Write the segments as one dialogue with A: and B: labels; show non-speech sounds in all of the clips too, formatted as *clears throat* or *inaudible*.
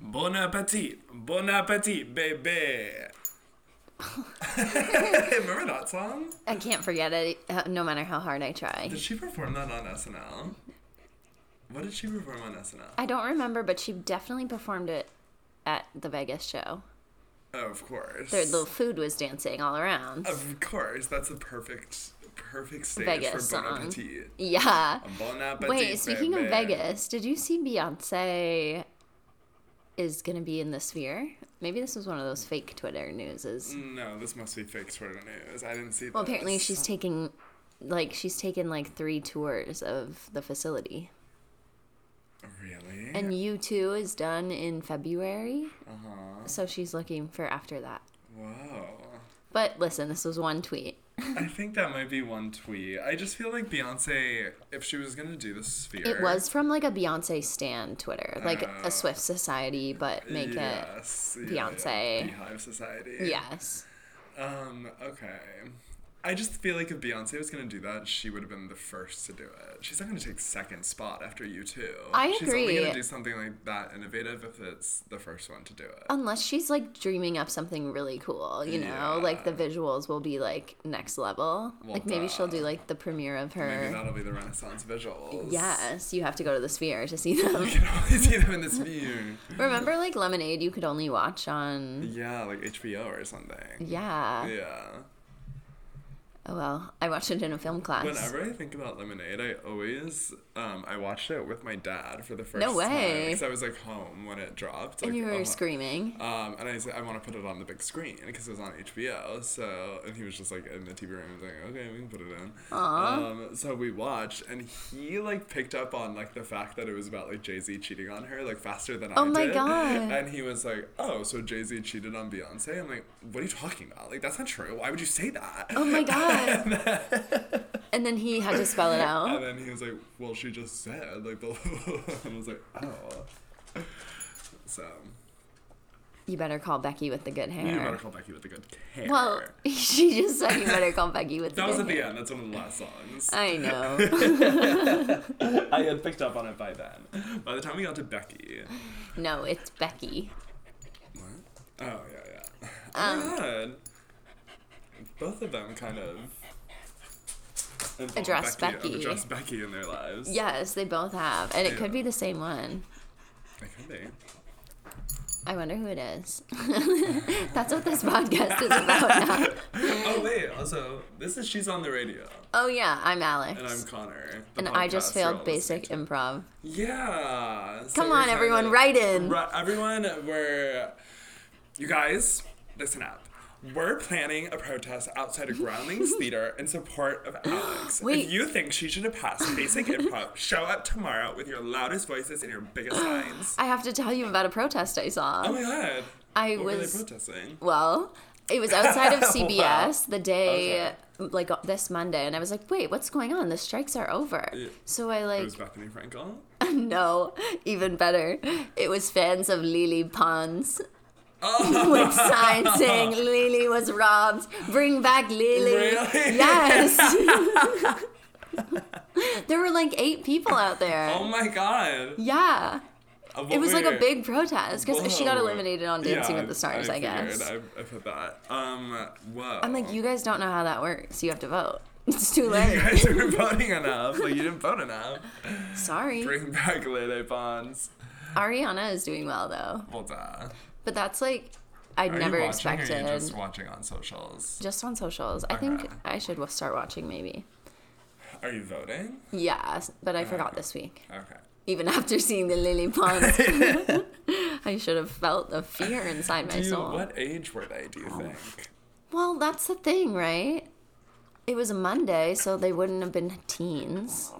A: Bon appetit, bon appetit,
B: *laughs*
A: baby. Remember that song?
B: I can't forget it, uh, no matter how hard I try.
A: Did she perform that on SNL? What did she perform on SNL?
B: I don't remember, but she definitely performed it at the Vegas show.
A: Oh, of course.
B: Their little food was dancing all around.
A: Of course, that's the perfect, perfect stage
B: Vegas
A: for Bon
B: song.
A: Appetit.
B: Yeah.
A: Bon appetit.
B: Wait, speaking of
A: baby.
B: Vegas, did you see Beyonce is going to be in the sphere? Maybe this was one of those fake Twitter newses.
A: Mm, No, this must be fake Twitter news. I didn't see.
B: Well, apparently she's taking like she's taken like 3 tours of the facility.
A: Really?
B: And U2 is done in February. So she's looking for after that.
A: Whoa.
B: But listen, this was one tweet.
A: I think that might be one tweet. I just feel like Beyonce, if she was gonna do the sphere,
B: It was from like a Beyonce stan Twitter, like a Swift Society, but make it.
A: yes, Uh, yeah,
B: Beyonce.
A: Beehive Society.
B: Yes.
A: Um. Okay. I just feel like if Beyonce was gonna do that, she would have been the first to do it. She's not gonna take second spot after you two.
B: I
A: She's only
B: agree.
A: gonna do something like that innovative if it's the first one to do it.
B: Unless she's like dreaming up something really cool, you know, like the visuals will be like next level. like maybe she'll do like the premiere of
A: Maybe
B: her.
A: that'll be the Renaissance visuals.
B: Yes, you have to go to the sphere to see them.
A: *laughs* You can only see them in this view.
B: Remember, like Lemonade, you could only watch on.
A: Yeah, like HBO or something.
B: Yeah.
A: Yeah.
B: Oh well, I watched it in a film class.
A: Whenever I think about Lemonade, I always um, I watched it with my dad for the first
B: No way.
A: time 'cause I was like home when it dropped.
B: And
A: like,
B: you were
A: uh-huh.
B: screaming.
A: *laughs* Um, and I said I want to put it on the big screen because it was on HBO. So and he was just like in the TV room, he was like, okay, we can put it in. Um, so we watched, and he like picked up on like the fact that it was about like Jay Z cheating on her like faster than I
B: Oh my
A: did.
B: God.
A: And he was like, oh, so Jay Z cheated on Beyonce. I'm like, what are you talking about? Like that's not true. Why would you say that? *laughs*
B: Oh my god. and then he had to spell it out.
A: And then he was like, "Well, she just said like the," *laughs* and I was like, "Oh." So
B: You better call Becky with the good hair.
A: you better call Becky with a good hair.
B: Well, *laughs* she just said you better call Becky with
A: that
B: the
A: was
B: good
A: at the
B: hair.
A: end. That's one of the last songs.
B: I
A: *laughs*
B: know.
A: I had picked up on it by then. By the time we got to Becky.
B: No, it's Becky.
A: What? Oh yeah yeah.
B: Um.
A: Oh my God. Both of them kind of. involved
B: Address Becky.
A: Address Becky in their lives.
B: Yes, they both have. And it could be the same one.
A: It could be.
B: I wonder who it is. *laughs* That's what this podcast
A: *laughs*
B: is about now.
A: Oh wait. Also, this is she's on the radio,
B: Oh yeah, I'm Alex.
A: and I'm Connor. the
B: And I just
A: podcast you're
B: failed
A: all listening
B: basic
A: to.
B: improv.
A: Yeah. so
B: Come
A: we're
B: on,
A: trying
B: everyone,
A: to-
B: write in.
A: Ri- everyone, we're. You guys, listen up. We're planning a protest outside
B: *laughs*
A: of Groundlings Theater in support
B: *gasps*
A: of Alex.
B: Wait.
A: If you think she should have passed
B: *laughs*
A: basic improv, show up tomorrow with your loudest voices and your biggest
B: *gasps*
A: lines.
B: I have to tell you about a protest I saw.
A: Oh my god.
B: I
A: what
B: was-
A: were they protesting?
B: Well, it was
A: *laughs*
B: outside of CBS the day
A: Okay.
B: like uh, this Monday, and I was like, "Wait, what's going on? The strikes are over." So I
A: It
B: like, *laughs*
A: was Bethany Frankel.
B: no, even better. It was fans of Lily Pons.
A: Oh. *laughs*
B: with signs saying Lily was robbed. Bring back Lily.
A: Really?
B: Yes. *laughs* there were like eight people out there.
A: *laughs* Oh my god.
B: yeah.
A: Uh, what
B: It was like
A: were-
B: a big protest because she got
A: Whoa.
B: eliminated on Dancing
A: Yeah,
B: with the Stars, I,
A: figured.
B: guess.
A: I, I put that. Um, whoa.
B: I'm like, you guys don't know how that works. You have to vote. *laughs* It's
A: *laughs*
B: too
A: You
B: late.
A: guys aren't voting enough. Like you didn't vote enough. *laughs*
B: Sorry.
A: Bring back Lele Bonds.
B: Ariana is doing well though,
A: Well, duh.
B: but that's like I'd never expected.
A: Or are you just
B: Just...
A: watching on socials.
B: on socials. I think
A: Okay.
B: I should wa- start watching maybe.
A: Are you voting?
B: Yeah, but I forgot this week.
A: Okay.
B: Even *laughs* after seeing the lily pond,
A: *laughs*
B: *laughs* I should have felt the fear inside my
A: Do you,
B: soul.
A: what age were they? Do you think?
B: Well, that's the thing, right? It was a Monday, so they wouldn't have been teens.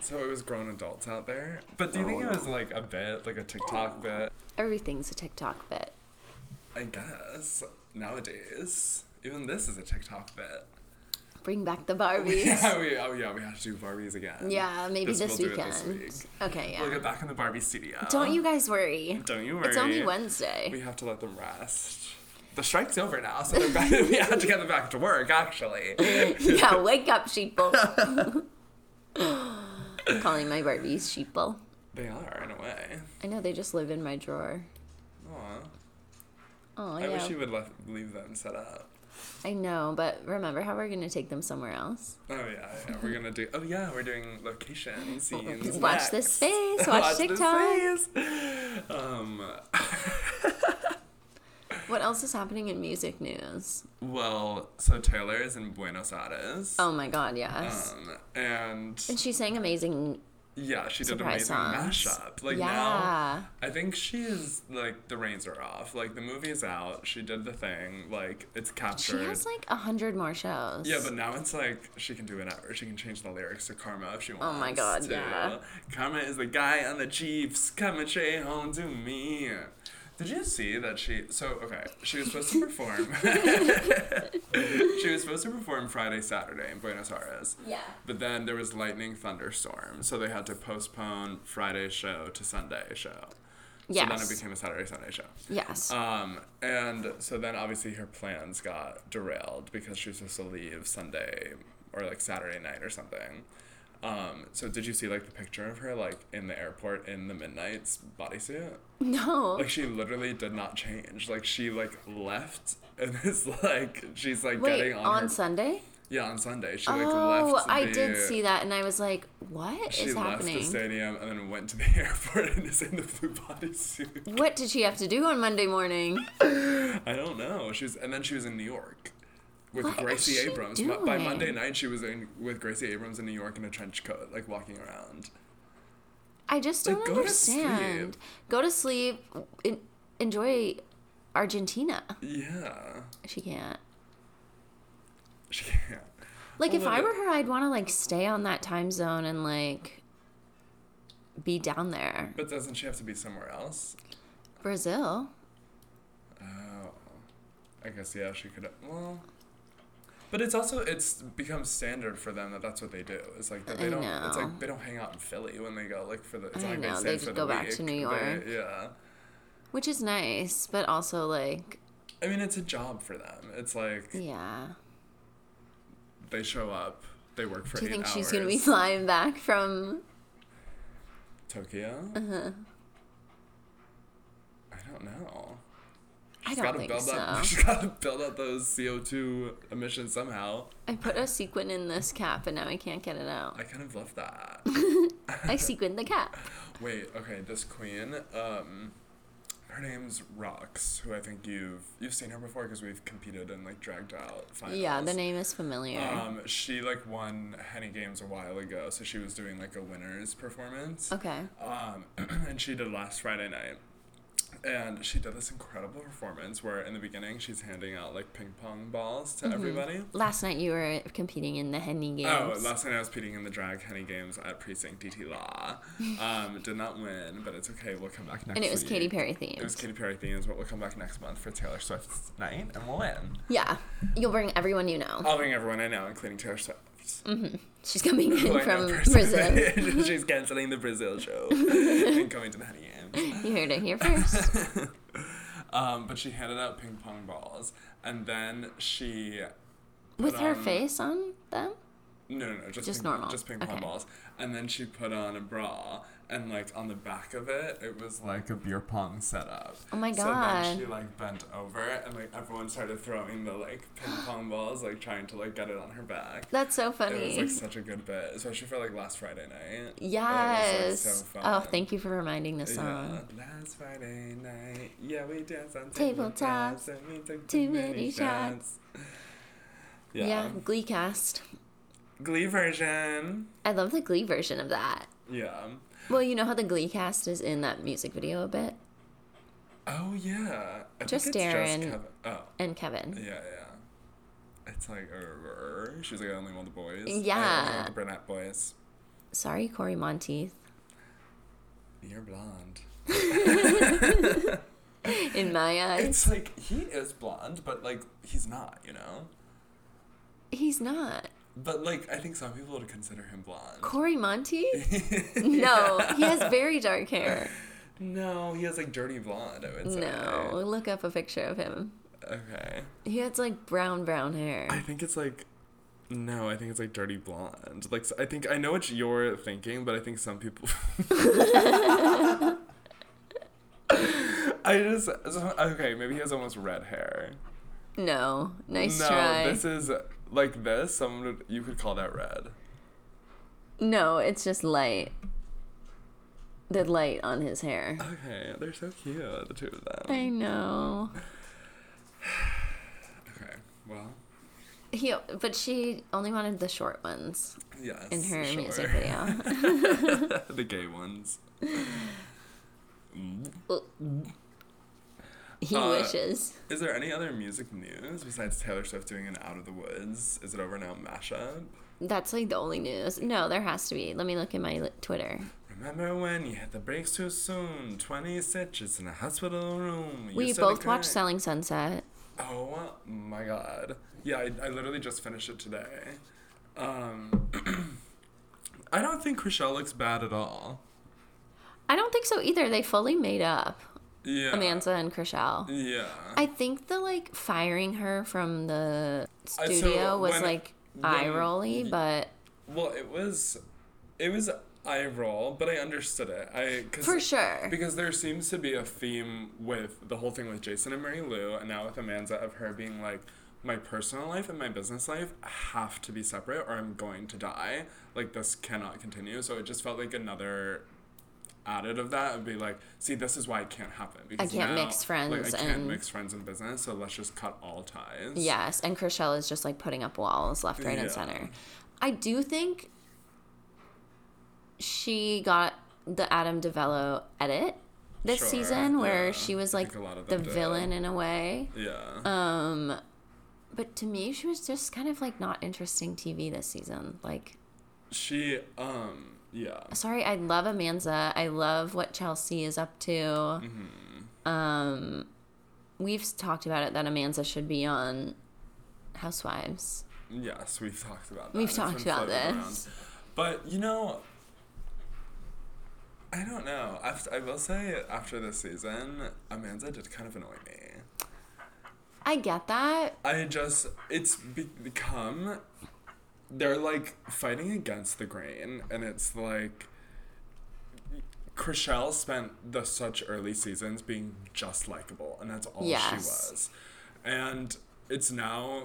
A: So it was grown adults out there. But do you think it was like a bit, like a TikTok bit?
B: Everything's a TikTok bit.
A: I guess nowadays, even this is a TikTok bit.
B: Bring back the
A: *laughs*
B: Barbies.
A: Yeah, we, oh yeah, we have to do Barbies again.
B: Yeah, maybe this,
A: we'll do it
B: weekend.
A: week.
B: Okay, yeah.
A: We'll get back in the Barbie studio.
B: Don't you guys worry.
A: Don't you worry.
B: It's only
A: *laughs*
B: Wednesday. *laughs*
A: We have to let them rest. The strike's over now, so they're back, *laughs* we have to get them back to work,
B: *laughs*
A: actually.
B: yeah, *laughs* wake up, sheeple. Calling my Barbies sheeple.
A: They are in a way.
B: I know they just live in my drawer.
A: Aw.
B: Oh
A: I
B: yeah.
A: wish you would left, leave them set up.
B: I know, but remember how we're gonna take them somewhere else.
A: Oh yeah, yeah. we're gonna do. Oh yeah, we're doing
B: *laughs*
A: location scenes.
B: Watch this
A: next.
B: space, watch
A: this
B: TikTok.
A: space. Um.
B: What else is happening in music news?
A: Well, so Taylor is in Buenos Aires.
B: Oh my god, yes.
A: Um, and
B: and she sang amazing.
A: yeah, she did
B: Surprise
A: amazing
B: songs.
A: mashup. Like
B: Yeah.
A: now, I think she is like the reins are off. Like the movie is out. She did the thing. Like it's captured.
B: She has like a hundred more shows.
A: Yeah, but now it's like she can do whatever. She can change the lyrics to Karma if she wants.
B: Oh my God,
A: to.
B: yeah.
A: Karma is the guy on the Jeeps. Come and straight home to me. Did you see that she? So okay, she was supposed to
B: *laughs*
A: perform. she was supposed to perform Friday, Saturday in Buenos Aires.
B: Yeah.
A: But then there was lightning thunderstorm, so they had to postpone Friday's show to Sunday show. So then
B: yes.
A: it became a Saturday Sunday show.
B: yes.
A: Um, and so then obviously her plans got derailed because she was supposed to leave Sunday or like Saturday night or something. Um, so did you see like the picture of her like in the airport in the midnight's bodysuit?
B: *laughs* no.
A: Like she literally did not change. Like she like left and *laughs* it's like she's like
B: Wait,
A: getting on,
B: on
A: her-
B: Sunday?
A: yeah on Sunday she like
B: Oh,
A: left.
B: I
A: the-
B: did see that, and I was like, "What is
A: She left the
B: happening?
A: stadium and then went to the *laughs* airport and is in the blue bodysuit.
B: What did she have to do on Monday morning?"
A: I don't know. She was, and then she was in New York with
B: What is
A: Gracie
B: she
A: Abrams. Mo- By
B: doing?
A: Monday night, she was in with Gracie Abrams in New York in a trench coat, like walking around.
B: I just don't
A: Like, go to
B: understand. go to sleep. en- enjoy Argentina.
A: Yeah,
B: She can't.
A: she *laughs* can't.
B: Like if
A: Well,
B: I
A: the-
B: were her, I'd want to like stay on that time zone and like be down there.
A: But doesn't she have to be somewhere else?
B: Brazil.
A: Oh, I guess yeah, she could. Well, but it's also it's become standard for them that that's what they do. It's like that they
B: I
A: don't. It's
B: know.
A: like they don't hang out in Philly when they go like for the. It's
B: I
A: not like
B: know,
A: They, stay
B: they
A: for
B: just
A: the
B: go back to
A: week.
B: New
A: They-
B: York.
A: yeah.
B: Which is nice, but also like,
A: I mean, it's a job for them. It's like
B: yeah.
A: they show up, they work for
B: Do you
A: eight
B: think
A: hours.
B: she's gonna be flying back from?
A: Tokyo?
B: Uh-huh.
A: I don't know.
B: I
A: She's
B: don't
A: gotta
B: think
A: build *laughs*
B: so.
A: Up, she's got to build up those CO2 emissions somehow.
B: I put a sequin in this cap, and now I can't get it out.
A: I kind of love that.
B: *laughs* I sequined the cap.
A: Wait, okay, this queen, um, her name's Rox, who I think you've you've seen her before because we've competed and like dragged out finals.
B: Yeah, the name is familiar.
A: Um, she like won Henny Games a while ago, so she was doing like a winners performance.
B: okay.
A: Um, *clears throat* and she did last Friday night. And she did this incredible performance where in the beginning she's handing out like ping pong balls to everybody.
B: Last night you were competing in the Henny
A: Oh,
B: Mm-hmm. Games.
A: last night I was competing in the drag honey games at Precinct DT
B: *laughs*
A: Law. Um, did not win, but it's okay. We'll come back next.
B: and it was
A: week.
B: Katy Perry themed.
A: It was Katy Perry themes, but we'll come back next month for Taylor Swift's night, and we'll win.
B: yeah. You'll bring everyone you know. Mm-hmm.
A: I'll bring everyone I know, including Taylor Swift.
B: She's
A: *laughs*
B: coming
A: who
B: in
A: I know
B: from Brazil.
A: personally. *laughs* She's canceling the Brazil
B: *laughs*
A: show and coming to the honey games.
B: You heard it here first.
A: Um, but she handed out ping pong balls, and then she
B: With her
A: on-
B: face on them?
A: no no no just
B: Just
A: ping,
B: normal.
A: just ping pong
B: Okay.
A: balls, and then she put on a bra, and like on the back of it, it was like a beer pong setup.
B: Oh my
A: So then
B: God.
A: she like bent over, and like everyone started throwing the like ping
B: *gasps*
A: pong balls, like trying to like get it on her back.
B: That's so
A: It was
B: funny.
A: like such a good bit, especially for like last Friday night. And it was, like,
B: yes.
A: so
B: oh,
A: fun.
B: thank you for reminding this
A: Yeah.
B: song.
A: Last Friday night, yeah, we danced on
B: Tabletops,
A: tabletops and we took
B: too many shots.
A: Yeah.
B: Glee cast.
A: Glee version.
B: I love the Glee version of that.
A: Yeah.
B: Well, you know how the Glee cast is in that music video a bit?
A: Oh yeah. I
B: Just
A: think it's
B: Darren.
A: Kevin. Oh
B: And Kevin.
A: yeah, yeah. It's like uh, she's like I only want the boys. I only
B: Yeah.
A: want the brunette boys.
B: Sorry, Corey Monteith.
A: You're blonde.
B: In my eyes,
A: It's like he is blonde, but like he's not. You know.
B: he's not.
A: But like I think some people would consider him blonde. *laughs*
B: Corey Monteith? No, he has very dark hair.
A: No, he has like dirty blonde. I would say.
B: No, look up a picture of him.
A: Okay.
B: He has like brown, brown hair.
A: I think it's like No, I think it's like Dirty Blonde. Like I think I know what you're thinking, but I think some people. *laughs* I just so- okay. Maybe he has almost red hair.
B: No, nice
A: no,
B: try.
A: this is like this. Someone would, you could call that red.
B: no, it's just light. The light on his hair.
A: Okay, they're so cute, the two of them.
B: I know.
A: Okay, well,
B: He, but she only wanted the short ones
A: yes.
B: in her
A: sure.
B: music video.
A: *laughs* the gay ones.
B: He
A: Uh,
B: wishes.
A: Is there any other music news besides Taylor Swift doing an Out of the Woods? Is it over now mashup?
B: That's like the only news. No, there has to be. Let me look at my li- Twitter.
A: Remember when you hit the brakes too soon? 20 stitches in a hospital room. You
B: we
A: said it
B: both watched
A: correct.
B: Selling Sunset.
A: Oh my god. Yeah, I, I literally just finished it today. Um, *clears throat* I don't think Chriselle looks bad at all.
B: I don't think so either. They fully made up
A: Yeah.
B: Amanda and Chriselle.
A: Yeah.
B: I think the like firing her from the
A: I- Uh, so
B: studio was
A: when-
B: like eye
A: when-
B: rolly, but
A: well, it was, it was eye roll, but I understood it. I cause,
B: for sure.
A: Because there seems to be a theme with the whole thing with Jason and Mary Lou, and now with Amanda of her being like, my personal life and my business life have to be separate, or I'm going to die. Like this cannot continue. So it just felt like another added of that would be like, see, this is why it can't happen. Because
B: can't
A: now-
B: mix
A: Like, I
B: friends
A: can't
B: and-
A: mix friends and business, so let's just cut all ties.
B: Yes, and Chriselle is just like putting up walls left, right,
A: Yeah.
B: and center. I do think she got the Adam DeVello edit this
A: Sure,
B: season where
A: yeah.
B: she was
A: I
B: like
A: think a lot of
B: the
A: them did.
B: villain in a way.
A: Yeah.
B: Um but to me she was just kind of like not interesting TV this season. Like
A: she, um, yeah.
B: sorry, I love Amanza. I love what Chelsea is up to.
A: Mm-hmm.
B: Um we've talked about it that Amanza should be on Housewives.
A: Yes, we've talked about that.
B: We've
A: It's
B: talked
A: been
B: about
A: floated
B: this.
A: But, you know, I don't know. After, I will say, after this season, Amanda did kind of annoy me.
B: I get that.
A: I just, it's be- become, they're like fighting against the grain, and it's like, Chriselle spent the such early seasons being just likable, and that's all she
B: Yes.
A: was. And it's now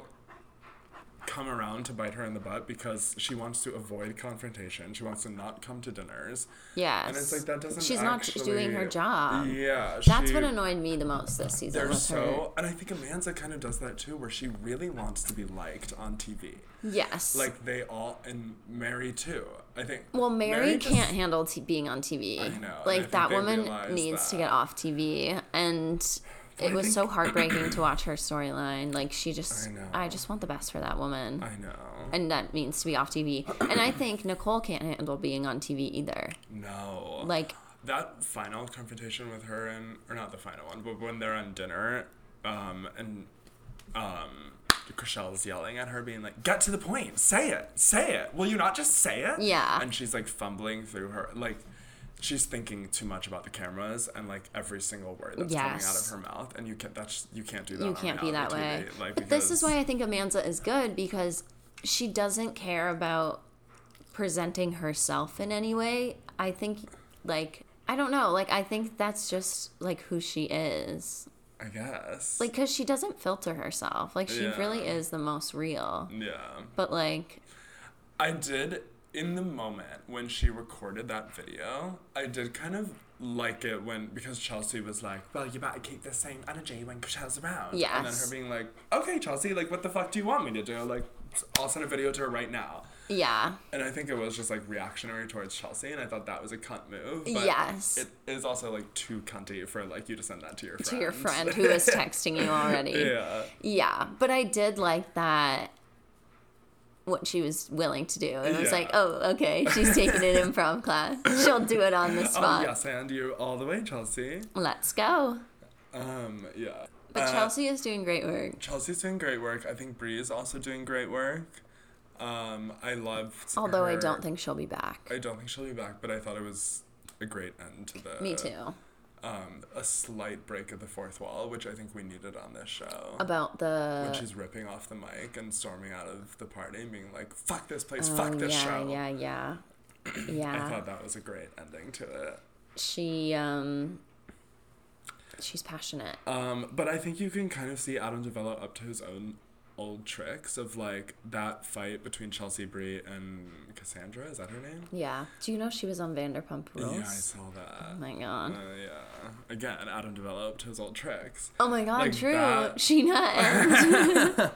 A: come around to bite her in the butt because she wants to avoid confrontation. She wants to not come to dinners.
B: Yes.
A: And it's like that doesn't
B: She's
A: actually,
B: not doing her job.
A: Yeah.
B: That's
A: she-
B: what annoyed me the most this season.
A: they're
B: with
A: so, and I think Amanda kind of does that too, where she really wants to be liked on TV.
B: her. Yes.
A: Like they all, and Mary too. I think.
B: well, Mary,
A: just-
B: can't handle t- being on TV.
A: I know, and I
B: Like
A: think
B: that
A: they
B: woman
A: realize
B: needs to
A: that.
B: get off TV, and it
A: I
B: was
A: think-
B: so heartbreaking to watch her storyline. Like she just,
A: I know.
B: I, just want the best for that woman,
A: I know.
B: and that means to be off TV. and
A: *coughs*
B: I think Nicole can't handle being on TV either.
A: No.
B: Like
A: that final confrontation with her and or not the final one, but when they're on dinner, um, and um, Chriselle's yelling at her, being like, "Get to the point, say it, say it. Will you not just say it?"
B: Yeah.
A: And she's like fumbling through her, like she's thinking too much about the cameras and like every single word that's coming
B: Yes.
A: out of her mouth, and you can't that's you can't do that.
B: you
A: on
B: can't be that
A: reality
B: way.
A: TV, like,
B: but this is
A: because-
B: why I think Amanda is good because she doesn't care about presenting herself in any way. I think, like, I don't know. Like, I think that's just like who she is.
A: I guess.
B: Like, because she doesn't filter herself. Like, she
A: Yeah.
B: really is the most real.
A: yeah.
B: But, like,
A: I did in the moment when she recorded that video. I did kind of like it when because Chelsea was like, "Well, you better keep the same energy when Chriselle's around." And then her
B: Yes.
A: being like, "Okay, Chelsea, like, what the fuck do you want me to do? Like, I'll send a video to her right now."
B: yeah.
A: And I think it was just like reactionary towards Chelsea, and I thought that was a cunt move. But
B: Yes.
A: It is also like too cunty for like you to send that to your friend.
B: To
A: *laughs*
B: your friend who is texting you already.
A: yeah.
B: Yeah, but I did like that what she was willing to do. And I was
A: Yeah.
B: like, oh, okay, she's taking
A: *laughs*
B: an improv class. She'll do it on the
A: Oh
B: spot.
A: yes, and you all the way, Chelsea.
B: Let's go.
A: Um, yeah.
B: But
A: Uh,
B: Chelsea is doing great work.
A: Chelsea's doing great work. I think Bree is also doing great work. Um, I loved.
B: Although I
A: her-
B: don't think she'll be back.
A: I don't think she'll be back, but I thought it was a great end to the.
B: Me too.
A: um, a slight break of the fourth wall, which I think we needed on this show.
B: about the
A: when she's ripping off the mic and storming out of the party and being like, fuck this place,
B: Oh,
A: fuck this
B: yeah,
A: show.
B: yeah, yeah,
A: *clears throat* I
B: yeah.
A: thought that was a great ending to it.
B: She um, she's passionate.
A: Um, but I think you can kind of see Adam develop up to his own old tricks of like that fight between Chelsea Bree and Cassandra. Is that her name?
B: Yeah. Do you know she was on Vanderpump Rules?
A: Yeah, I saw
B: Oh
A: that.
B: my god.
A: Uh, yeah. Again, Adam developed his old tricks. *laughs*
B: Oh my god,
A: like
B: true.
A: that.
B: She not.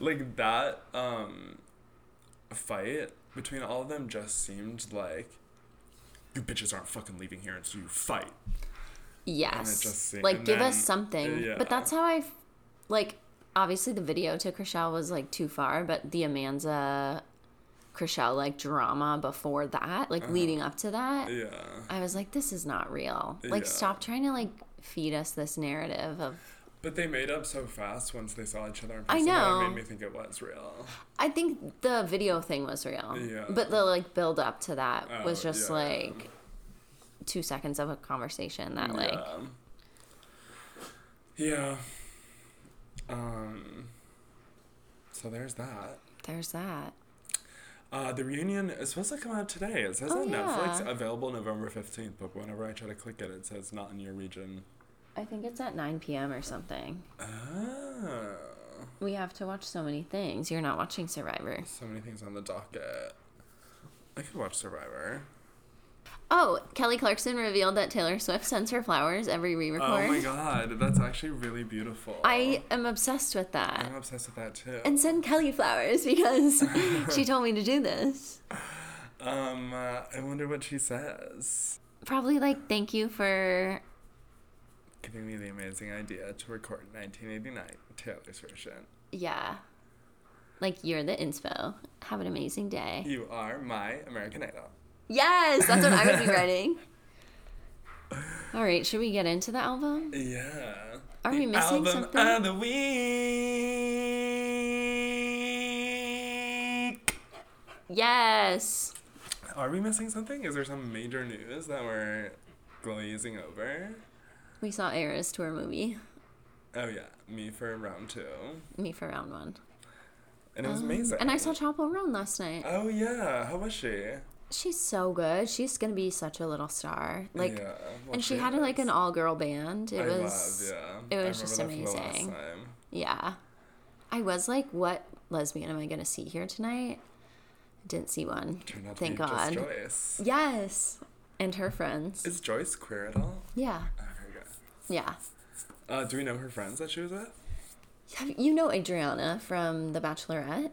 A: like that um fight between all of them just seemed like you bitches aren't fucking leaving here until you fight.
B: yes.
A: just se-
B: like
A: and
B: give us
A: then-
B: something.
A: yeah.
B: But that's how I f- like obviously the video to Chriselle was like too far, but the Amanda Chriselle like drama before that, like leading up to that,
A: Uh-huh. Yeah.
B: I was like this is not real. Like
A: Yeah.
B: stop trying to like feed us this narrative of
A: But they made up so fast once they saw each other in
B: I
A: person that it
B: know.
A: made me think it was real.
B: I think the video thing was real.
A: Yeah.
B: But the like build up to that
A: Oh,
B: was just
A: yeah.
B: like two seconds of a conversation that like
A: Yeah. Yeah. Um so there's that.
B: there's that.
A: Uh, the reunion is supposed to come out today. It says
B: Oh,
A: on Netflix,
B: yeah.
A: available November 15th, but whenever I try to click it, it says not in your region.
B: I think it's at 9 p.m. or something.
A: Oh.
B: We have to watch so many things. You're not watching Survivor.
A: So many things on the docket. I could watch Survivor.
B: Oh, Kelly Clarkson revealed that Taylor Swift sends her flowers every re record.
A: Oh my god, that's actually really beautiful.
B: I am obsessed with that.
A: I'm obsessed with that too.
B: And send Kelly
A: *laughs*
B: flowers *laughs* because she told me to do this.
A: Um, uh, I wonder what she says.
B: Probably like, thank you for.
A: Giving me the amazing idea to record 1989 Taylor's version.
B: Yeah. Like, you're the inspo. Have an amazing day.
A: You are my American Idol.
B: Yes, that's what
A: *laughs*
B: I would be writing. All right, should we get into the album?
A: Yeah.
B: Are we missing
A: Album
B: something?
A: of the week.
B: Yes.
A: Are we missing something? Is there some major news that we're glazing over?
B: We saw Eras tour movie.
A: Oh yeah, me for round two,
B: Me for round one.
A: and it was
B: Um,
A: amazing.
B: And I saw Chapel Roan last night.
A: Oh yeah, how was she?
B: She's so good. She's gonna be such a little star. Like,
A: yeah, well,
B: and she, had like an
A: is.
B: all-girl band. It
A: I
B: was,
A: love,
B: it
A: yeah. I
B: was just
A: remember that from the last
B: amazing.
A: time.
B: yeah. I was like, what lesbian am I gonna see here tonight? Didn't see one.
A: Turned out to
B: Thank
A: be just
B: God.
A: Joyce.
B: Yes. And her friends.
A: Is Joyce queer at all?
B: Yeah.
A: Oh, very good.
B: Yeah.
A: Uh, do we know her friends that she was with?
B: Have- You know Adriana from The Bachelorette?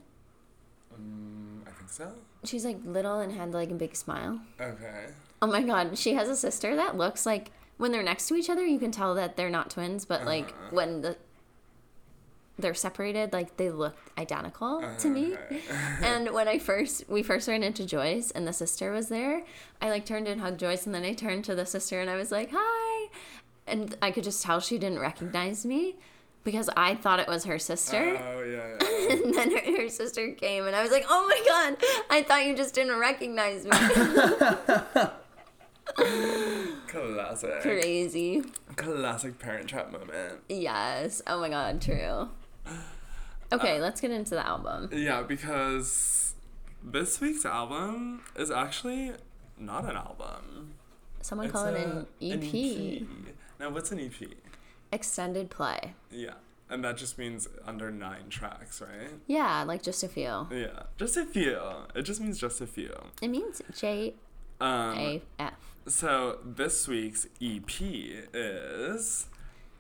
A: Mm, I think so.
B: She's like little and had like a big smile.
A: Okay.
B: Oh my god, she has a sister that looks like when they're next to each other, you can tell that they're not twins, but like when the they're separated, like they look identical to me.
A: Uh-huh. *laughs*
B: and when I first we first ran into Joyce and the sister was there, I like turned and hugged Joyce and then I turned to the sister and I was like, "Hi." And I could just tell she didn't recognize me because I thought it was her sister.
A: Oh yeah. yeah.
B: *laughs* And then her, her sister came, and I was like, "Oh my god! I thought you just didn't recognize me."
A: Classic.
B: Crazy.
A: Classic parent trap moment.
B: Yes. Oh my god. True. Okay,
A: Uh,
B: let's get into the album.
A: Yeah, because this week's album is actually not an album.
B: Someone
A: It's uh,
B: call it
A: a-
B: an E
A: E
B: EP.
A: Now, what's an EP?
B: Extended play.
A: Yeah, and that just means under nine tracks, right?
B: Yeah, like just a few.
A: Yeah, just a few. It just means just a few.
B: It means J
A: Um,
B: A F.
A: so this week's EP is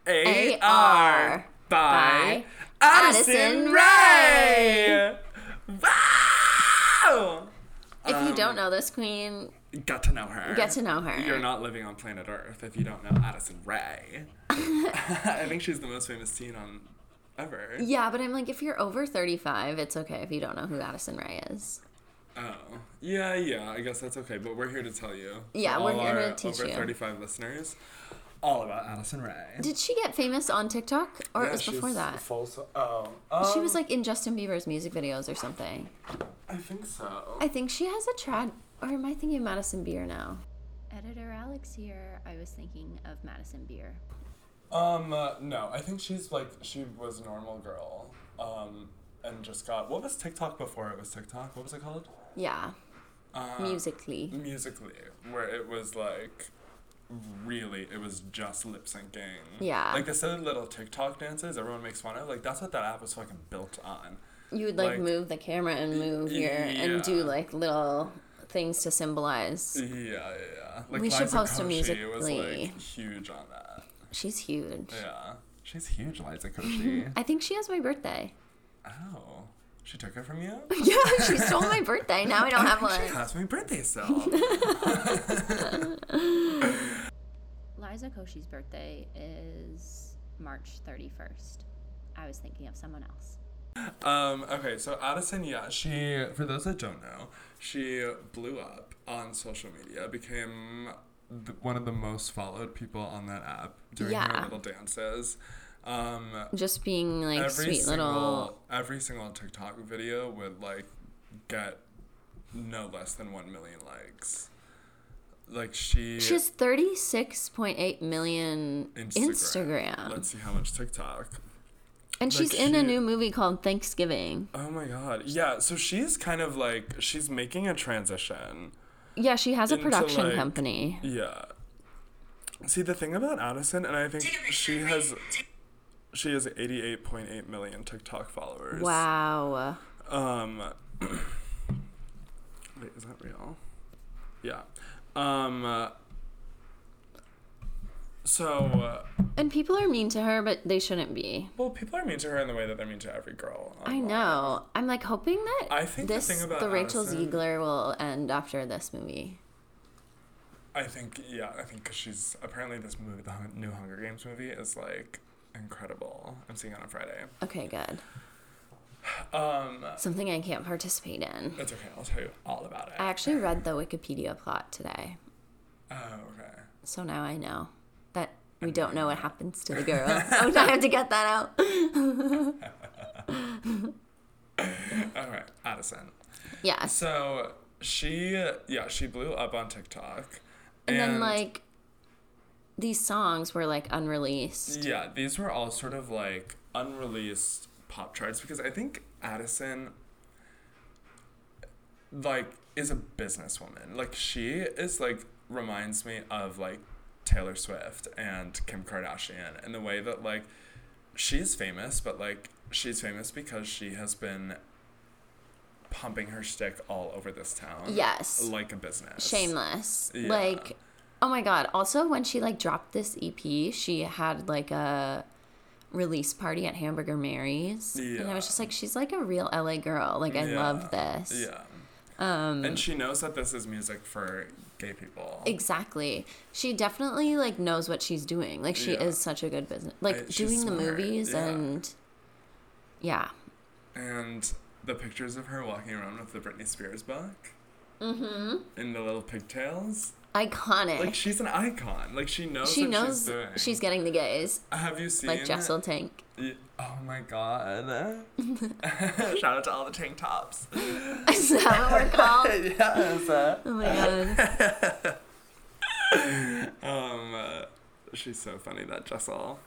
B: AR
A: AR by
B: by
A: Addison
B: Addison
A: Ray. Wow!
B: If you don't know this queen,
A: Got to know her.
B: get to know her.
A: Um, You're not living on planet Earth if you don't know Addison
B: *laughs*
A: Ray. I think she's the most famous teen on ever.
B: Yeah, but I'm like, if you're over 35, it's okay if you don't know who Addison Ray is.
A: Oh, yeah, yeah. I guess that's okay. But we're here to tell you. for
B: Yeah, we're
A: all
B: here to
A: our
B: teach
A: over
B: you.
A: 35 listeners, all about Addison Ray.
B: Did she get famous on TikTok or it was before that?
A: Full so- oh, um,
B: She was like in Justin Bieber's music videos or something.
A: I think so.
B: I think she has a trad, or am I thinking of Madison Beer now? editor Alex here. I was thinking of Madison Beer.
A: Um, uh, no, I think she's like she was a normal girl. Um, and just got what was TikTok before it was TikTok? What was it called?
B: Yeah,
A: Uh,
B: musically.
A: Musically, where it was like really, it was just lip syncing.
B: Yeah.
A: Like the silly little TikTok dances everyone makes fun of. Like that's what that app was fucking built on.
B: You would like,
A: like-
B: move the camera and move your and do
A: Yeah.
B: like little things to symbolize.
A: Yeah, yeah, yeah. Like
B: We should
A: Liza
B: post a
A: Koshy was
B: Musical.ly.
A: like huge on that.
B: She's huge.
A: Yeah. She's huge, Liza *laughs* Koshy.
B: I think she has my birthday. *laughs*
A: oh. She took it from you?
B: yeah, she stole my birthday. Now I don't
A: *laughs*
B: have
A: She
B: one.
A: has my birthday
B: *laughs*
A: self.
C: Liza Koshy's birthday is March 31st. I was thinking of someone else.
A: Um, okay, so Addison, yeah, she, for those that don't know, she blew up on social media, became th- one of the most followed people on that app doing
B: Yeah.
A: her little dances. Um,
B: Just being like
A: every
B: sweet
A: single
B: little.
A: every single TikTok video would like get no less than one million likes. Like she
B: She has thirty six point eight million Instagram,
A: Let's see how much TikTok.
B: and
A: like
B: she's in a
A: she-
B: new movie called Thanksgiving.
A: Oh my god. Yeah, so she's kind of like she's making a transition.
B: Yeah, she has a
A: Into,
B: production
A: like-
B: company.
A: Yeah. See the thing about Addison, and I think she has she has eighty eight point eight million TikTok followers.
B: Wow.
A: Um *clears throat* Wait, is that real? Yeah. Um uh, so, uh,
B: And people are mean to her, but they shouldn't be.
A: well, people are mean to her in the way that they're mean to every girl.
B: I
A: online.
B: know. I'm like hoping that
A: I think the
B: this the,
A: thing about
B: Rachel
A: Addison-
B: Ziegler will end after this movie.
A: I think, yeah, I think because she's apparently this movie, the Hun- new Hunger Games movie, is like incredible. I'm seeing it on Friday.
B: Okay, good.
A: Um,
B: Something I can't participate in.
A: It's okay. I'll tell you all about it.
B: I actually read the Wikipedia plot today,
A: oh, okay.
B: so now I know that we don't know what happens to
A: *laughs*
B: the girl. oh, I have to get that out.
A: All right, Addison.
B: Yes.
A: So she, yeah, she blew up on TikTok.
B: And, then like these songs were like unreleased.
A: yeah, these were all sort of like unreleased pop charts because I think Addison, like, is a businesswoman. Like, she is like reminds me of like Taylor Swift and Kim Kardashian and the way that like she's famous, but like she's famous because she has been pumping her stick all over this town.
B: Yes.
A: Like a business.
B: Shameless.
A: Yeah.
B: Like oh my god. Also when she like dropped this EP, she had like a release party at Hamburger Mary's. And I was
A: Yeah.
B: just like she's like a real LA girl. Like I
A: Yeah.
B: love this.
A: Yeah.
B: Um
A: And she knows that this is music for gay people.
B: Exactly. She definitely like knows what she's doing. Like she
A: Yeah.
B: is such a good business. Like
A: Uh, she's
B: doing the
A: smart,
B: movies
A: yeah.
B: and yeah.
A: and the pictures of her walking around with the Britney Spears book
B: Mhm.
A: in the little pigtails.
B: Iconic.
A: Like she's an icon. Like she knows
B: she
A: what
B: knows
A: she's doing.
B: she's getting the gays,
A: Have you seen
B: like Jessel Tank. *laughs*
A: y- Oh my god. Shout out to all the tank
B: *laughs*
A: tops.
B: Is that what we're called?
A: yes.
B: Oh my god.
A: Um uh, she's so funny that Jessel.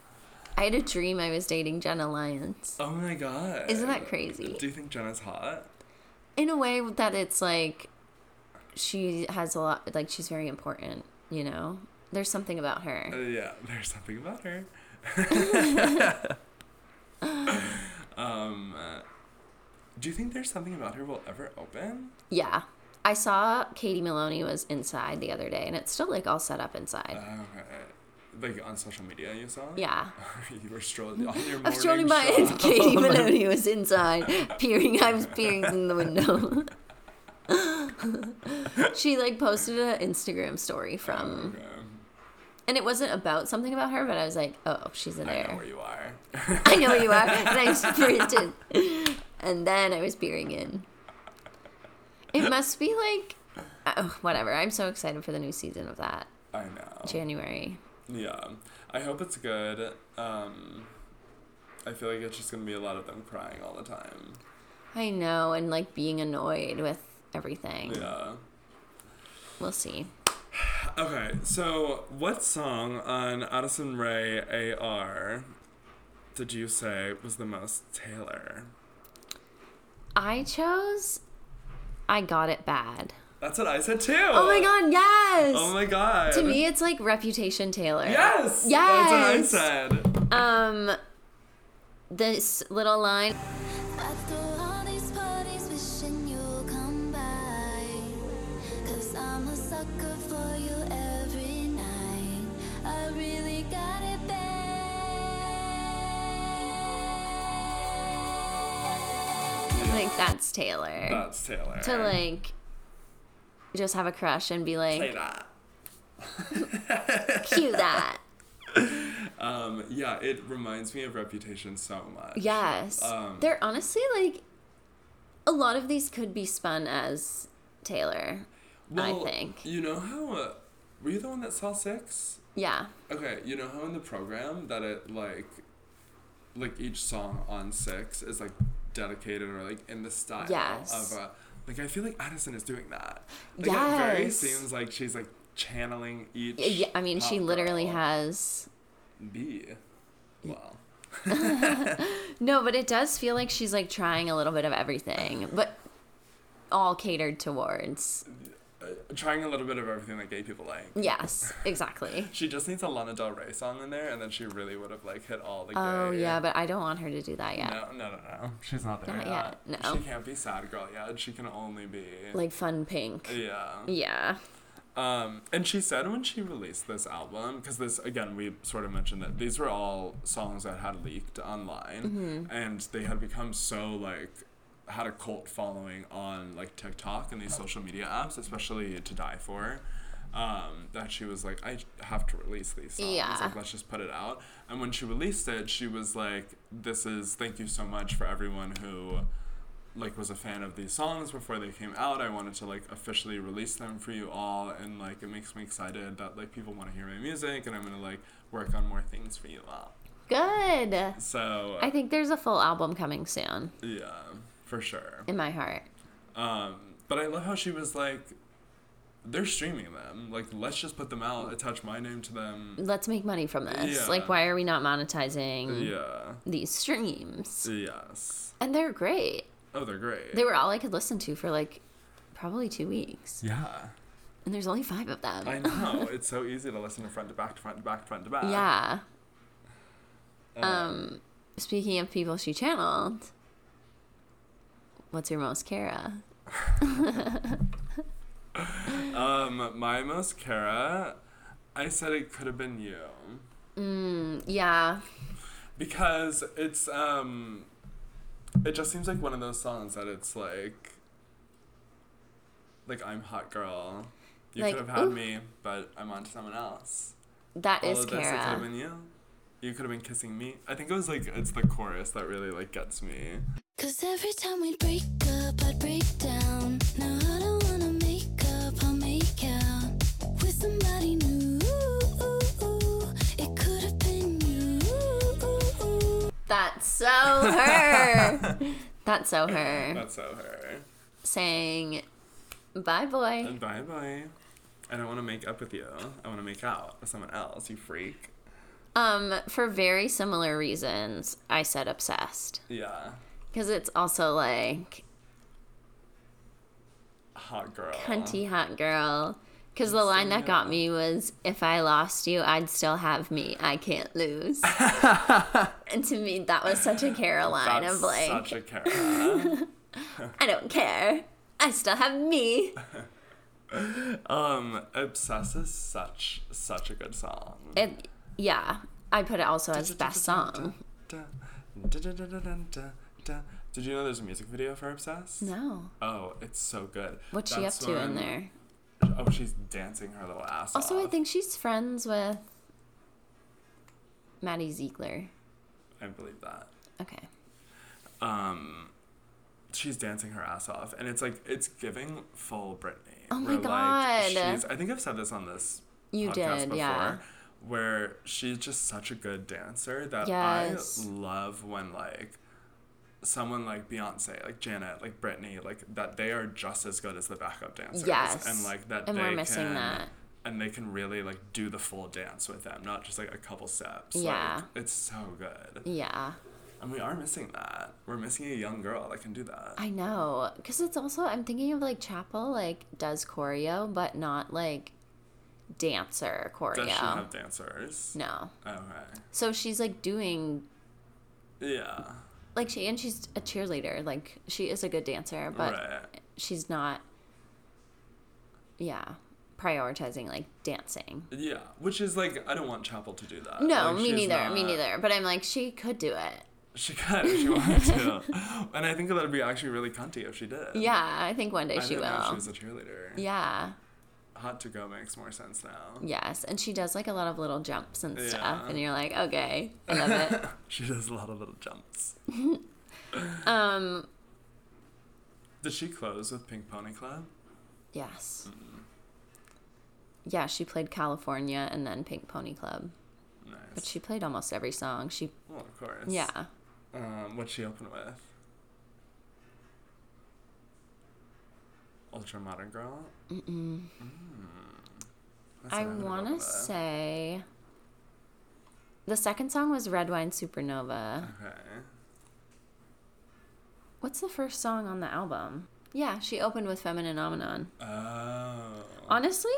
B: I had a dream I was dating Jenna Lyons.
A: Oh my god.
B: Isn't that crazy?
A: Do you think Jenna's hot?
B: In a way that it's like she has a lot like she's very important, you know? There's something about
A: Uh,
B: her.
A: yeah, *laughs* there's something about
B: *laughs*
A: her. um, uh, do you think there's something about her will ever open?
B: Yeah. I saw Katie Maloney was inside the other day and it's still like all set up inside.
A: Okay. Uh, Like on social media, you saw?
B: yeah.
A: *laughs* you were strolling on
B: *laughs*
A: your morning
B: I was strolling by
A: stroll.
B: and *laughs*
A: *laughs*
B: Katie Maloney was inside, peering. I was peering in the window. *laughs* she like posted an Instagram story from,
A: Okay.
B: and it wasn't about something about her, but I was like, oh, she's
A: I know
B: *laughs* there.
A: where you are.
B: I know you are, and I sprinted, and then I was peering in.
A: *laughs*
B: It must be like, oh, whatever. I'm so excited for the new season of that
A: I know.
B: January.
A: Yeah. I hope it's good. Um, I feel like it's just gonna be a lot of them crying all the time.
B: I know, and like being annoyed with everything.
A: Yeah.
B: We'll see.
A: Okay, so what song on Addison Ray AR did you say was the most Taylor?
B: I chose I Got It Bad.
A: That's what I said too.
B: Oh my god, yes!
A: Oh my god.
B: to me, it's like Reputation Taylor.
A: Yes.
B: Yes!
A: That's what I said.
B: Um, this little line.
D: After all these parties, wishing you'll come by. Cause I'm a sucker for you every night. I really got it bad.
B: Like, that's Taylor.
A: That's Taylor.
B: to like just have a crush and be
A: Say
B: like,
A: that.
B: cue *laughs* that.
A: Um, yeah, it reminds me of Reputation so much.
B: Yes.
A: Um,
B: They're honestly like, a lot of these could be spun as Taylor.
A: Well,
B: think.
A: You know how? Uh, were you the one that saw Six?
B: Yeah.
A: Okay, you know how in the program that it like, like each song on Six is like dedicated or like in the style
B: Yes.
A: of a. Like I feel like Addison is doing that. Like it very
B: Yes.
A: seems like she's like channeling each.
B: Y- Yeah, I mean, she
A: pop
B: literally
A: girl.
B: has.
A: B. Wow.
B: No, but it does feel like she's like trying a little bit of everything, but all catered towards.
A: Uh, trying a little bit of everything that gay people like.
B: Yes, exactly.
A: She just needs a Lana Del Rey song in there, and then she really would have like hit all the.
B: Oh,
A: gay-
B: yeah, but I don't want her to do that yet.
A: No, no, no, no. She's not there
B: Not
A: yet.
B: yet, no.
A: She can't be sad girl yet. She can only be.
B: Like, fun pink.
A: yeah.
B: Yeah.
A: Um, and she said when she released this album, because this again we sort of mentioned that these were all songs that had leaked online, and they had become so like had a cult following on like TikTok and these social media apps, especially To Die For. Um, that she was like, I have to release these songs.
B: Yeah.
A: Like, let's just put it out. And when she released it, she was like, This is thank you so much for everyone who like was a fan of these songs before they came out. I wanted to like officially release them for you all and like it makes me excited that like people want to hear my music and I'm going to like work on more things for you all.
B: Good.
A: So,
B: I think there's a full album coming soon
A: yeah, for sure.
B: in my heart.
A: Um but I love how she was like they're streaming them. Like let's just put them out, attach my name to them.
B: Let's make money from this.
A: Yeah.
B: Like, why are we not monetizing
A: Yeah.
B: these streams?
A: Yes.
B: And they're great.
A: Oh, they're great.
B: They were all I could listen to for like probably two weeks.
A: yeah.
B: And there's only five of them.
A: I know. it's so easy to listen to front to back to front to back to front to back.
B: *laughs* yeah.
A: Um,
B: Speaking of people she channeled, what's your most Kara?
A: Um, my most Kara, I said it could have been you
B: Mm, yeah.
A: because it's um, it just seems like one of those songs that it's like, like I'm hot girl, you
B: Like,
A: could have had
B: ooh.
A: me, but I'm on to someone else.
B: that
A: All
B: is
A: of this, it could have
B: Kara.
A: been you. You could have been kissing me. I think it was like it's the chorus that really like gets me.
D: Cause every time we break up, I'd break down. Now I don't wanna make up, I'll make out with somebody new. It could have been you.
B: That's so her.
A: *laughs*
B: That's so her.
A: That's so her.
B: Saying, bye, boy.
A: And bye bye. I don't want to make up with you. I want to make out with someone else. You freak.
B: Um, for very similar reasons, I said obsessed
A: Yeah.
B: because it's also like
A: Hot girl.
B: cunty hot girl. Because the line that got me was, "If I lost you, I'd still have me. I
A: *laughs*
B: can't lose." and to me, that was such a Caroline
A: That's
B: of like,
A: such a Kara.
B: "I don't care. I still have me."
A: um, Obsess is such such a good song.
B: It, yeah, I put it also as best song.
A: Did you know there's a music video for Obsess?
B: No,
A: Oh, it's so good.
B: what's she up
A: That's
B: to
A: when-
B: in there?
A: Oh, she's dancing her little ass
B: Also, I
A: off.
B: think she's friends with Maddie Ziegler.
A: I believe that.
B: Okay.
A: Um, she's dancing her ass off, and it's like it's giving full Britney.
B: Oh my
A: where, like,
B: God.
A: she's, I think I've said this on this
B: You
A: podcast
B: did, yeah.
A: before, Where she's just such a good dancer that
B: Yes.
A: I love when like someone like Beyonce, like Janet, like Britney, like that they are just as good as the backup dancers.
B: Yes.
A: And like that
B: And
A: they
B: we're missing
A: can
B: that.
A: and they can really like do the full dance with them, not just like a couple steps.
B: Yeah.
A: Like, it's so good.
B: Yeah.
A: And we are missing that. We're missing a young girl that can do that.
B: I know. Because it's also, I'm thinking of like Chapel, like, does choreo, but not like dancer choreo.
A: Does she have dancers?
B: no.
A: Okay.
B: So she's like doing,
A: Yeah.
B: like, she, and she's a cheerleader. Like, she is a good dancer, but
A: right.
B: she's not, yeah, prioritizing like dancing.
A: Yeah. Which is like I don't want Chapel to do that.
B: No,
A: Like,
B: me
A: she's
B: neither. Me
A: not-
B: neither. But I'm like, she could do it.
A: She could
B: *laughs*
A: if she wanted to. and I think that would be actually really cunty if she did.
B: Yeah, I think one day
A: I
B: she
A: didn't know she
B: will.
A: was a cheerleader.
B: Yeah.
A: Hot to go makes more sense now.
B: Yes, and she does like a lot of little jumps and stuff,
A: Yeah.
B: and you're like, okay, I love
A: *laughs*
B: it.
A: She does a lot of little jumps.
B: um,
A: Did she close with Pink Pony Club?
B: yes. Yeah, she played California and then Pink Pony Club,
A: Nice.
B: but she played almost every song. She,
A: well, of course.
B: yeah,
A: Um, what'd she open with? Ultra Modern Girl? Mm-mm. That's
B: I
A: another one,
B: want
A: though.
B: to say. The second song was Red Wine Supernova.
A: Okay.
B: What's the first song on the album? Yeah, she opened with Feminine Omenon.
A: Oh. *laughs*
B: Honestly,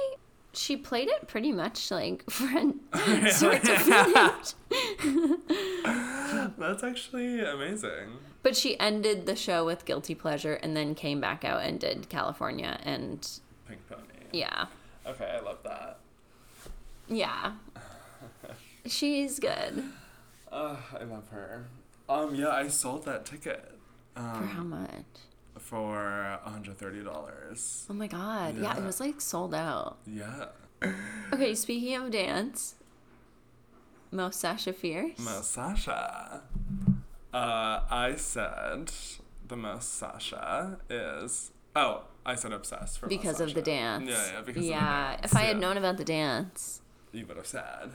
B: she played it pretty much like *laughs* from *laughs* start to
A: *laughs*
B: finish.
A: That's actually amazing.
B: But she ended the show with Guilty Pleasure and then came back out and did California. And
A: Pink Pony.
B: yeah,
A: Okay, I love that.
B: yeah. She's good.
A: Uh, I love her. Um, yeah, I sold that ticket.
B: For how
A: Um,
B: much?
A: for hundred thirty dollars.
B: Oh my God. Yeah. it
A: Yeah.
B: was like sold out.
A: Yeah,
B: Okay, speaking of dance, Mo Sasha Fierce.
A: most Sasha. Uh, I said the most Sasha is. Oh, I said obsessed for most
B: Because of the
A: Sasha.
B: dance.
A: Yeah, yeah, because
B: Yeah,
A: of the dance.
B: if I had
A: yeah.
B: known about the dance,
A: you would have said.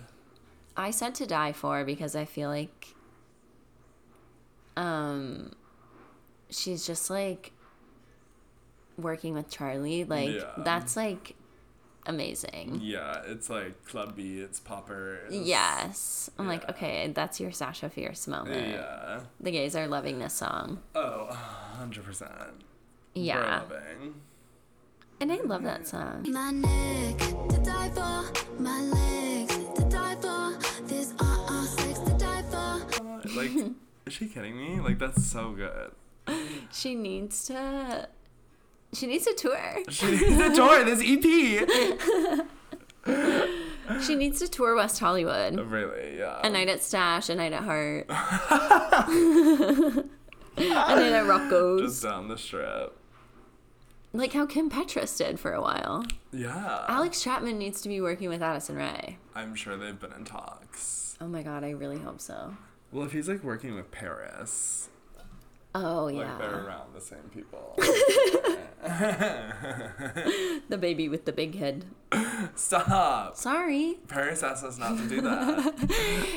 B: I said to die for because I feel like um she's just like working with Charlie. Like
A: Yeah.
B: that's like amazing.
A: Yeah, it's like club beats, poppers.
B: Yes. I'm like,
A: Yeah.
B: okay, that's your Sasha Fierce moment.
A: Yeah.
B: The gays are loving this song.
A: Oh, hundred percent.
B: Yeah.
A: Loving.
B: And I love that song.
D: My neck to die for, my legs to die for. This uh uh sex to die for.
A: Like,
B: *laughs*
A: is she kidding me? Like, that's so good.
B: She needs to she needs a tour.
A: She needs a tour, this E EP.
B: She needs to tour West Hollywood.
A: really, yeah.
B: A night at Stash, a night at
A: *laughs*
B: Heart. *laughs* a night at Rocco's.
A: Just down the strip.
B: Like how Kim Petras did for a while.
A: Yeah.
B: Alex Chapman needs to be working with Addison Ray.
A: I'm sure they've been in talks.
B: Oh my god, I really hope so.
A: Well, if he's like working with Paris,
B: Oh
A: like they're
B: yeah.
A: around the same
B: *laughs*
A: people. *laughs*
B: The baby with the big head.
A: Stop.
B: Sorry.
A: Paris asked us not to do that.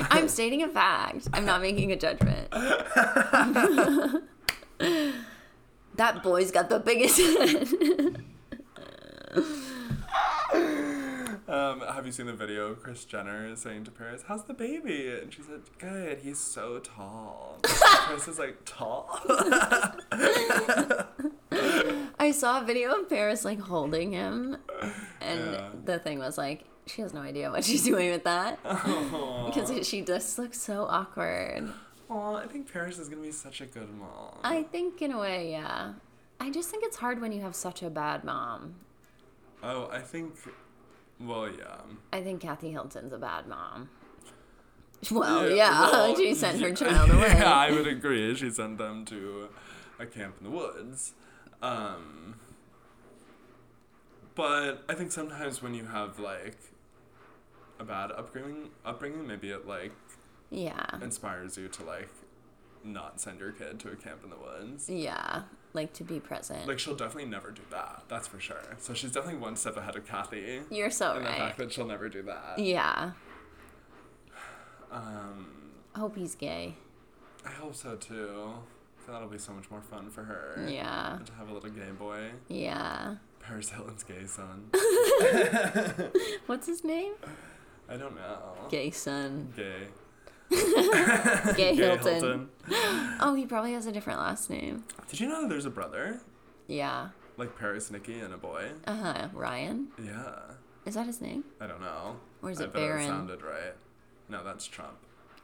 B: *laughs* I'm stating a fact. I'm not making a judgment. that boy's got the biggest head.
A: um, have you seen the video of Chris Jenner saying to Paris, "How's the baby?" And she said, "Good. He's so
B: *laughs*
A: tall." Paris is like, "Tall."
B: I saw a video of Paris like holding him and
A: Yeah.
B: the thing was like she has no idea what she's doing with that
A: Because
B: because she just looks so awkward.
A: Aw, I think Paris is gonna be such a good mom.
B: I think, in a way, yeah. I just think it's hard when you have such a bad mom.
A: oh, I think. Well, yeah.
B: I think Kathy Hilton's a bad mom. Well, Oh, yeah,
A: well,
B: *laughs* she sent her
A: yeah,
B: child away.
A: *laughs* Yeah, I would agree. She sent them to a camp in the woods. Um, but I think sometimes when you have like a bad upbringing, upbringing, maybe it like
B: yeah,
A: inspires you to like not send your kid to a camp in the woods.
B: yeah, like to be present.
A: Like she'll definitely never do that. That's for sure. So she's definitely one step ahead of Kathy.
B: You're so
A: And the
B: right.
A: fact that she'll never do that.
B: yeah,
A: Um,
B: hope he's gay.
A: I hope so too. That'll be so much more fun for her.
B: Yeah,
A: And to have a little gay boy.
B: yeah.
A: Paris Hilton's gay
B: *laughs*
A: son.
B: What's his name?
A: I don't know.
B: Gay *laughs* son.
A: Gay.
B: Gay,
A: Gay
B: Hilton. Oh, he probably has a different last name.
A: Did you know that there's a brother?
B: Yeah.
A: Like Paris, Nikki, and a boy?
B: Uh huh. Ryan.
A: Yeah.
B: Is that his name?
A: I don't know.
B: Or is
A: I
B: it
A: bet
B: Barron?
A: sounded right. No, that's Trump.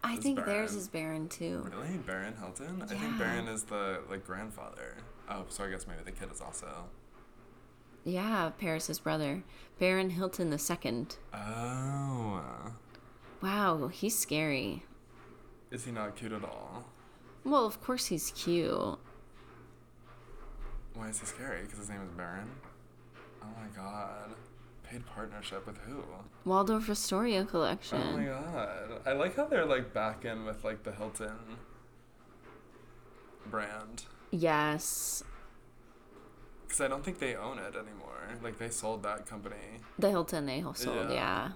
B: I
A: It's
B: think theirs
A: Barron.
B: is Baron too.
A: Really? Baron Hilton? I
B: Yeah.
A: think Baron is the like grandfather. Oh, so I guess maybe the kid is also.
B: Yeah, Paris's brother, Baron Hilton the second.
A: Oh.
B: Wow, he's scary.
A: Is he not cute at all?
B: Well, of course he's cute.
A: Why is he scary? Because his name is Baron? Oh my god. Paid partnership with who?
B: Waldorf Astoria
A: Oh my
B: collection.
A: god. I like how they're like back in with like the Hilton brand.
B: yes,
A: Because I don't think they own it anymore. Like they sold that company.
B: the Hilton they sold.
A: Yeah.
B: Yeah.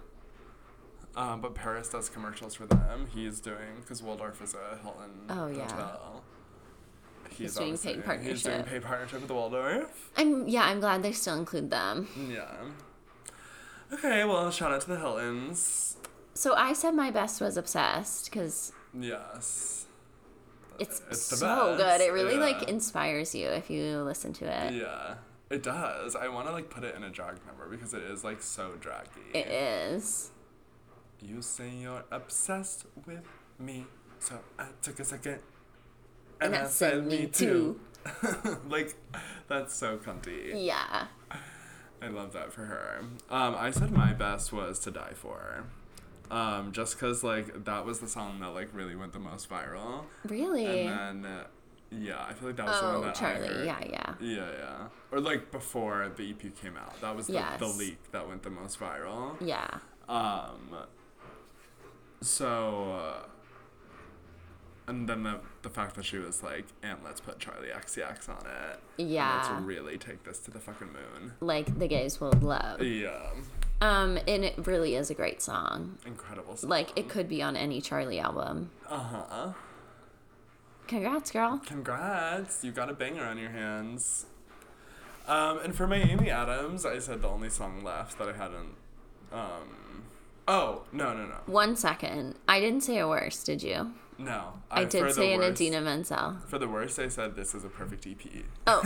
A: Um, but Paris does commercials for them. He's doing because Waldorf is a Hilton
B: Oh, yeah.
A: hotel. He's,
B: doing
A: obviously-
B: paid
A: He's doing
B: partnership.
A: paid partnership with Waldorf.
B: I'm yeah. I'm glad they still include them.
A: Yeah. Okay. Well, shout out to the Hiltons.
B: So I said my best was obsessed because
A: Yes.
B: it's,
A: It's the best,
B: so good. It really like
A: yeah.
B: inspires you if you listen to it.
A: Yeah. It does. I want to like put it in a drag number because it is like so draggy.
B: It is.
A: You say you're obsessed with me, so I took a second.
B: And that said me too.
A: too. *laughs* like, that's so cunty.
B: Yeah.
A: I love that for her. Um, I said my best was to die for. Um, just cause like that was the song that like really went the most viral.
B: Really.
A: And then uh, yeah, I feel like that was the one
B: Oh,
A: that I
B: Charlie.
A: heard.
B: Yeah, yeah.
A: Yeah, yeah. Or like before the EP came out. That was the, the
B: Yes.
A: leak that went the most viral.
B: Yeah.
A: Um. So. Uh, and then the, the fact that she was like, and let's put Charlie XCX on it.
B: Yeah.
A: And let's really take this to the fucking moon.
B: Like the gays will love.
A: Yeah.
B: Um, and it really is a great song.
A: Incredible. Song.
B: Like it could be on any Charlie album.
A: Uh huh.
B: Congrats, girl.
A: Congrats. You got a banger on your hands. Um, and for my Amy Adams, I said the only song left that I hadn't. Um. Oh, no, no, no.
B: One second. I didn't say a worse, did you?
A: No. for
B: I,
A: the
B: did say an
A: worst-
B: Adina Menzel.
A: For the worst, I said this is a perfect E EP.
B: Oh.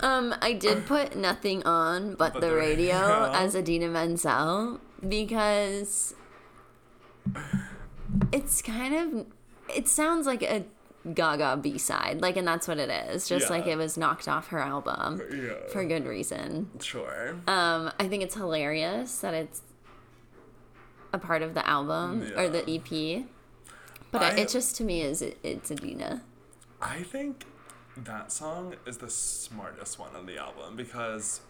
B: um, I did put nothing on but,
A: But
B: the,
A: the
B: radio
A: radio.
B: *laughs* as Adina Menzel because it's kind of it sounds like a Gaga B side, like, and that's what it is. Just like
A: Yeah.
B: it was knocked off her album
A: Yeah.
B: for good reason.
A: Sure.
B: Um, I think it's hilarious that it's a part of the album or the EP. But I,
A: I-
B: it just to me is it, it's Adina.
A: I think that song is the smartest one on the album because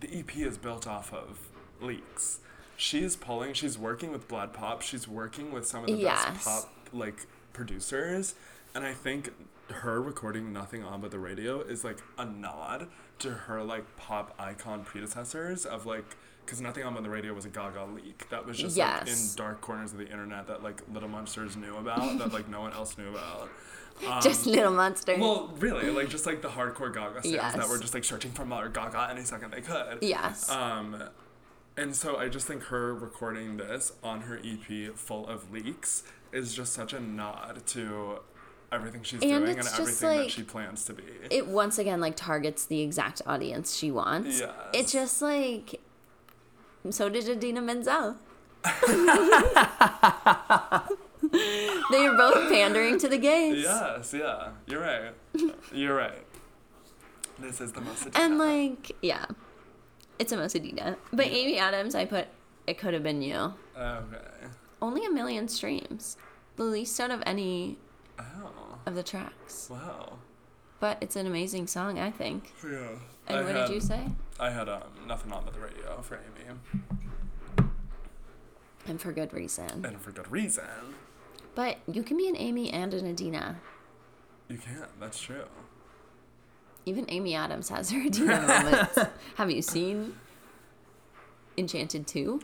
A: the EP is built off of leaks. She's pulling, she's working with Blood Pop, she's working with some of the
B: Yes.
A: best pop like producers, and I think her recording Nothing On But the Radio is like a nod to her like pop icon predecessors of like because Nothing On But the Radio was a Gaga leak that was just like in
B: Yes.
A: dark corners of the internet that like Little Monsters knew about that like no one else knew about.
B: just little monster.
A: Well, really, like just like the hardcore Gaga fans that
B: Yes.
A: were just like searching for Mother Gaga any second they could.
B: yes.
A: Um, and so I just think her recording this on her EP full of leaks is just such a nod to everything she's
B: And
A: doing and
B: it's just,
A: everything that
B: like,
A: she plans to be.
B: it once again like targets the exact audience she wants.
A: Yes.
B: It's just like so did Adina Menzel. *laughs* they are both pandering to the gays.
A: yes, yeah, you're right. you're right. This is the most.
B: *laughs* And
A: Adina.
B: like, yeah. It's a Adina. But Amy Adams, I put it could have been you.
A: Okay.
B: Only a million streams. The least out of any
A: Oh.
B: of the tracks.
A: Wow.
B: But it's an amazing song, I think.
A: Yeah.
B: And
A: I
B: what
A: had-
B: did you say?
A: I had um nothing on but the radio for Amy,
B: And for good reason.
A: and for good reason.
B: But you can be an Amy and an Adina.
A: You can. That's true.
B: Even Amy Adams has her Adina moments. Have you seen Enchanted 2?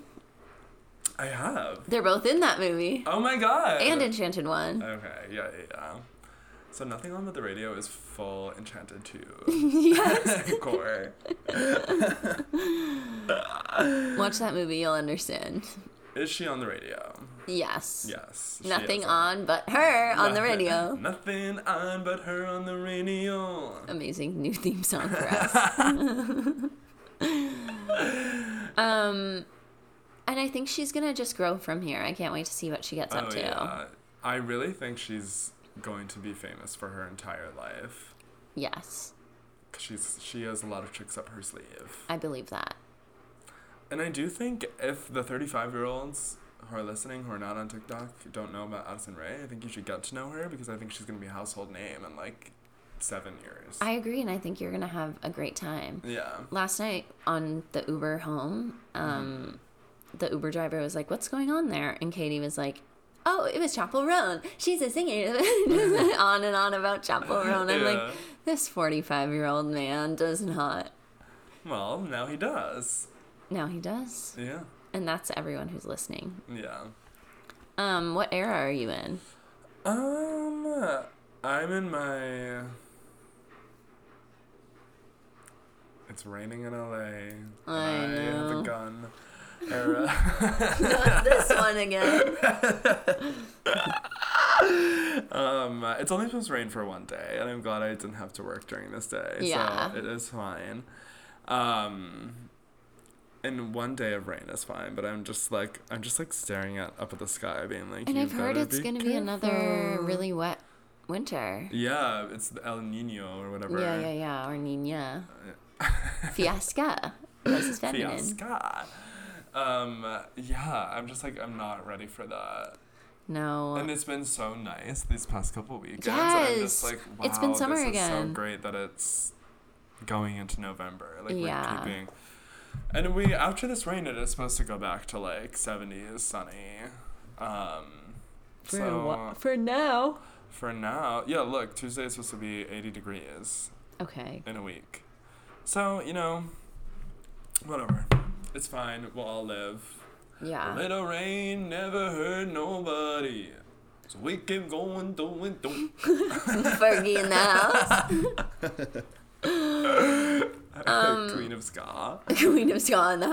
A: I have.
B: They're both in that movie.
A: Oh my god.
B: And Enchanted 1.
A: Okay. Yeah. Yeah. yeah. So nothing on with the radio is full enchanted too.
B: *laughs* yes.
A: *laughs* Core.
B: Watch that movie, you'll understand.
A: Is she on the radio?
B: Yes.
A: Yes. she is uh,
B: Nothing on but her on
A: *laughs*
B: the
A: Nothing-
B: radio.
A: Nothing on but her on the radio.
B: Amazing new theme song for
A: *laughs*
B: us. *laughs* um, and I think she's gonna just grow from here. I can't wait to see what she gets
A: Oh,
B: up to.
A: I really think she's going to be famous for her entire life.
B: Yes,
A: 'Cause She's she has a lot of tricks up her sleeve.
B: I believe that.
A: And I do think if the 35 year olds who are listening, who are not on TikTok, don't know about Addison Ray, I think you should get to know her because I think she's going to be a household name in like seven years.
B: I agree, and I think you're gonna have a great time.
A: yeah.
B: Last night on the Uber home, um, the Uber driver was like, "What's going on there?" And Katie was like, "Oh, it was Chapel Roan. She's a singer." *laughs* on and on
A: *laughs*
B: about Chapel Roan. I'm
A: Yeah.
B: like, this 45 year old man does not.
A: Well, now he does.
B: Now he does,
A: Yeah.
B: and that's everyone who's listening.
A: Yeah.
B: Um, what era are you in?
A: Um, I'm in my. It's raining in LA.
B: I
A: have a
B: know.
A: gun. Era.
B: *laughs* Not this one again.
A: um, it's only supposed to rain for one day, and I'm glad I didn't have to work during this day.
B: Yeah.
A: So it is fine. Um, and one day of rain is fine, but I'm just like I'm just like staring at up at the sky, being like.
B: *laughs* And
A: "You
B: I've heard
A: better
B: it's
A: be
B: gonna be another
A: careful."
B: really wet winter.
A: Yeah, it's the El Nino or whatever.
B: Yeah, yeah, yeah. Or Nina.
A: *laughs*
B: Fiasca. This is feminine.
A: Uh, Fiasca. Um, yeah, I'm just like I'm not ready for that.
B: No.
A: And it's been so nice these past couple weekends. and I'm just
B: Yes.
A: like, wow,
B: It's been summer
A: this is so
B: again.
A: great that it's going into November. Like
B: Yeah.
A: we're keeping. And we after this rain, it is supposed to go back to like 70s sunny. Um,
B: for,
A: so
B: wha- for now.
A: for now, yeah. Look, Tuesday is supposed to be 80 degrees
B: Okay.
A: in a week. So you know, whatever. It's fine. We'll all live. A
B: Yeah.
A: little rain never hurt nobody. So we keep going, doing, doing. *laughs*
B: Fergie in the house. Um,
A: Queen of Ska.
B: *laughs* Queen of Ska in the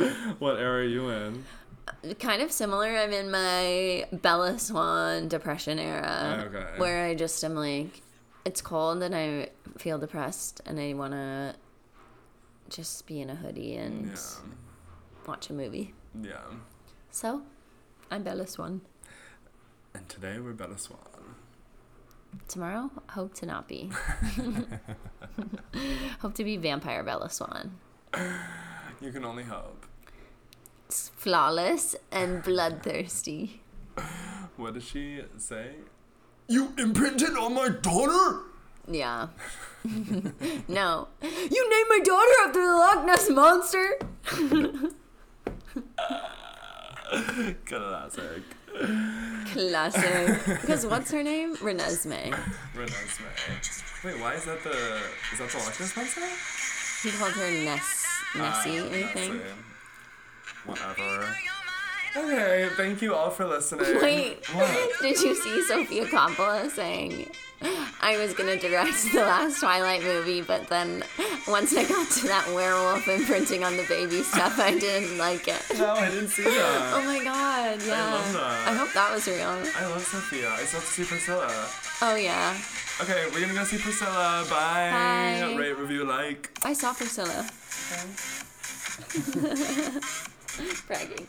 B: house.
A: What era are you in?
B: kind of similar. I'm in my Bella Swan depression era.
A: Oh, Okay.
B: Where I just am like, it's cold and I feel depressed and I want to just be in a hoodie and
A: Yeah.
B: watch a movie.
A: Yeah.
B: So, I'm Bella Swan.
A: And today we're Bella Swan.
B: Tomorrow, hope to
A: *laughs*
B: not be. *laughs* hope to be vampire Bella Swan.
A: You can only hope.
B: It's flawless and bloodthirsty.
A: What does she say? You imprinted on my daughter?
B: Yeah. *laughs* no. You named my daughter after the Loch Ness monster?
A: Classic.
B: Classic. Because what's her name? Renesmee.
A: Renesmee. Wait, why is that the is that the Loch Ness monster?
B: He called her Ness Nessie
A: Uh,
B: or anything.
A: Nessie. Whatever. Okay, thank you all for listening.
B: Wait,
A: What?
B: did you see Sophia Coppola saying I was gonna direct the last Twilight movie, but then once I got to that werewolf imprinting on the baby stuff, I didn't like it.
A: No, I didn't see that.
B: Oh my god, yeah.
A: love that.
B: I hope that was real.
A: I love Sophia. I still have to see Priscilla.
B: Oh yeah.
A: Okay, we're gonna go see Priscilla. Bye.
B: Bye.
A: Rate, review, like.
B: I saw Priscilla. *laughs* Bragging.